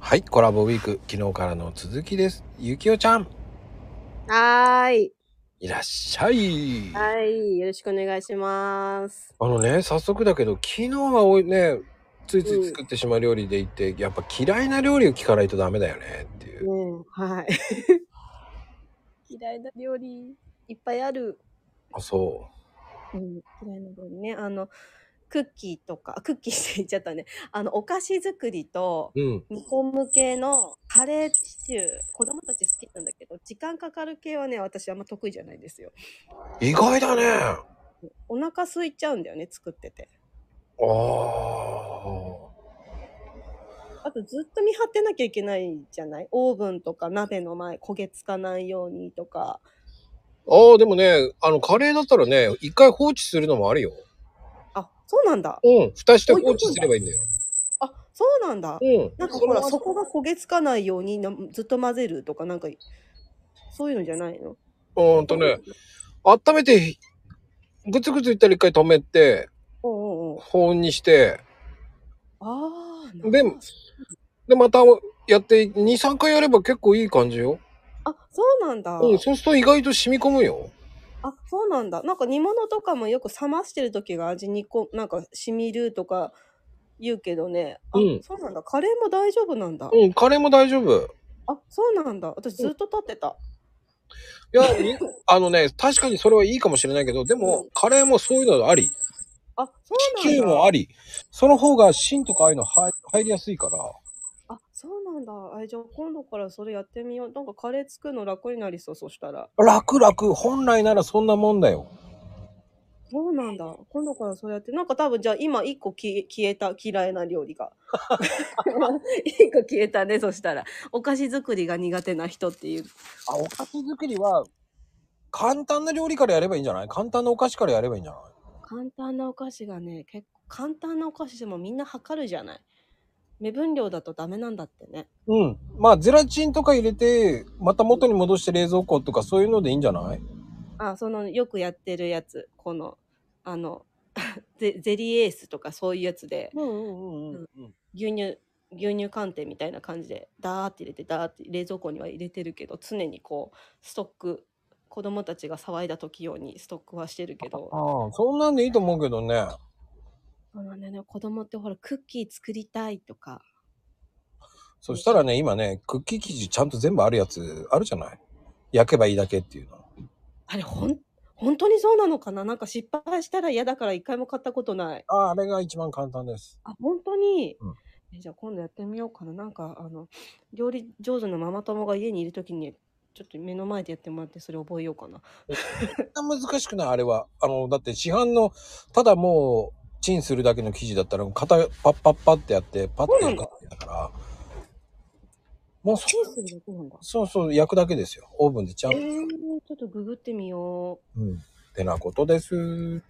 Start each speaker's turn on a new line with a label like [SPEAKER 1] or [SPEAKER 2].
[SPEAKER 1] はい、コラボウィーク、昨日からの続きです。ゆきおちゃん、
[SPEAKER 2] はーい。
[SPEAKER 1] いらっしゃい。
[SPEAKER 2] はい。よろしくお願いします。
[SPEAKER 1] あのね、早速だけど、昨日はおいね、ついつい作ってしまう料理で言って、やっぱ嫌いな料理を聞かないとダメだよねっていう。
[SPEAKER 2] ねえ、はい。嫌いな料理、いっぱいある。
[SPEAKER 1] あ、そ
[SPEAKER 2] うん、嫌いな料理ね。あの、クッキーとか、あ クッキーって言っちゃったね。あの、お菓子作りと、
[SPEAKER 1] う。うん。
[SPEAKER 2] 日本向けのカレーシチュー、子供たち好きなんだけど、時間かかる系はね、私あんま得意じゃないんですよ。
[SPEAKER 1] 意外だね。あ
[SPEAKER 2] お腹空いちゃうんだよね、作ってて。
[SPEAKER 1] あ。
[SPEAKER 2] あとずっと見張ってなきゃいけないじゃないオーブンとか鍋の前焦げつかないようにとか。
[SPEAKER 1] ああ、でもね、あの、カレーだったらね、一回放置するのもあるよ。
[SPEAKER 2] あ、そうなんだ。
[SPEAKER 1] うん、蓋して放置すればいいんだよ。
[SPEAKER 2] あ、そうなんだ。
[SPEAKER 1] うん。
[SPEAKER 2] なんかほら、
[SPEAKER 1] その
[SPEAKER 2] そこが焦げつかないようになずっと混ぜるとか、なんか、そういうのじゃないの
[SPEAKER 1] うーんとね、温めて、ぐつぐついったら一回止めて、
[SPEAKER 2] おうんうん。
[SPEAKER 1] 保温にして、
[SPEAKER 2] ああ、
[SPEAKER 1] でもで、またやって、2、3回やれば結構いい感じよ。
[SPEAKER 2] あ、そうなんだ。
[SPEAKER 1] うん、そうすると意外と染み込むよ。
[SPEAKER 2] あ、そうなんだ。なんか煮物とかもよく冷ましてる時が味にこう、なんか染みるとか言うけどね。あ、
[SPEAKER 1] うん
[SPEAKER 2] そうなんだ。カレーも大丈夫なんだ。
[SPEAKER 1] うん、カレーも大丈夫。
[SPEAKER 2] あ、そうなんだ。私ずっと立ってた。
[SPEAKER 1] いや、にあのね、確かにそれはいいかもしれないけど、でも、カレーもそういうのあり。
[SPEAKER 2] あ、そう
[SPEAKER 1] キュ
[SPEAKER 2] なん
[SPEAKER 1] ー
[SPEAKER 2] だ。
[SPEAKER 1] もあり。その方が芯とかああいうの入入りやすいから。
[SPEAKER 2] あ、そうなんだ。あ、じゃあ今度からそれやってみよう。なんかカレー作るの楽になりそう、そしたら。
[SPEAKER 1] 楽々、本来ならそんなもんだよ。
[SPEAKER 2] そうなんだ。今度からそれやって。なんか多分じゃあ今一個消え消えた嫌いな料理 が。一個消えたね、そしたら。お菓子作りが苦手な人っていう。
[SPEAKER 1] あ、お菓子作りは、簡単な料理からやればいいんじゃない簡単なお菓子からやればいいんじゃない
[SPEAKER 2] 簡単なお菓子がね、結構簡単なお菓子でもみんな測るじゃない。目分量だとダメなんだってね。
[SPEAKER 1] うん。まあ、ゼラチンとか入れて、また元に戻して冷蔵庫とかそういうのでいいんじゃない
[SPEAKER 2] あ、そのよくやってるやつ。この、あの、 ゼゼリーエースとかそういうやつで。
[SPEAKER 1] うんうんうん
[SPEAKER 2] うん
[SPEAKER 1] ん。
[SPEAKER 2] 牛乳牛乳寒天みたいな感じでダーって入れてダーって冷蔵庫には入れてるけど常にこうストック子供たちが騒いだ時用にストックはしてるけど
[SPEAKER 1] ああ、そんなんでいいと思うけどね。
[SPEAKER 2] そうなんだよね子供ってほらクッキー作りたいとか
[SPEAKER 1] そしたらね、今ね、クッキー生地ちゃんと全部あるやつあるじゃない焼けばいいだけっていうの。
[SPEAKER 2] あれほん本当にそうなのかななんか失敗したら嫌だから一回も買ったことない
[SPEAKER 1] ああ、あれが一番簡単です。
[SPEAKER 2] あ本当に、
[SPEAKER 1] うん
[SPEAKER 2] えじゃあ今度やってみようかななんかあの料理上手なママ友が家にいる時にちょっと目の前でやってもらってそれ覚えようかな
[SPEAKER 1] そんな難しくないあれは。あの、だって市販の、ただもう、チンするだけの生地だったら、型パッパッパってやって、パッ
[SPEAKER 2] そう
[SPEAKER 1] て
[SPEAKER 2] な
[SPEAKER 1] やるだ
[SPEAKER 2] んだ
[SPEAKER 1] けだから。もうそ、
[SPEAKER 2] チンするだけなんだ
[SPEAKER 1] そうそう、焼くだけですよ。オーブンでちゃん
[SPEAKER 2] え
[SPEAKER 1] と。
[SPEAKER 2] ー、ちょっとググってみよう
[SPEAKER 1] うん。てなことです。